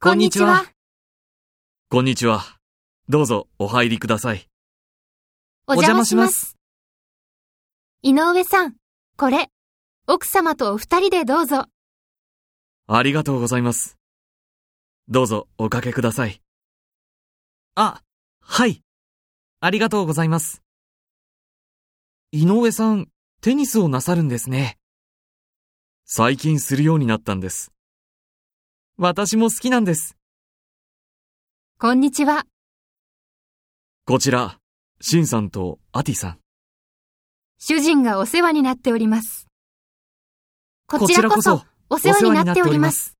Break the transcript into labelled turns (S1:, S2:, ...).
S1: こんにちは。
S2: こんにちは。どうぞお入りください。
S1: お邪魔します。井上さん、これ、奥様とお二人でどうぞ。
S2: ありがとうございます。どうぞおかけください。あ、はい。ありがとうございます。井上さん、テニスをなさるんですね。最近するようになったんです。私も好きなんです。
S1: こんにちは。
S2: こちら、シンさんとアティさん。
S1: 主人がお世話になっております。こちらこそ、お世話になっております。。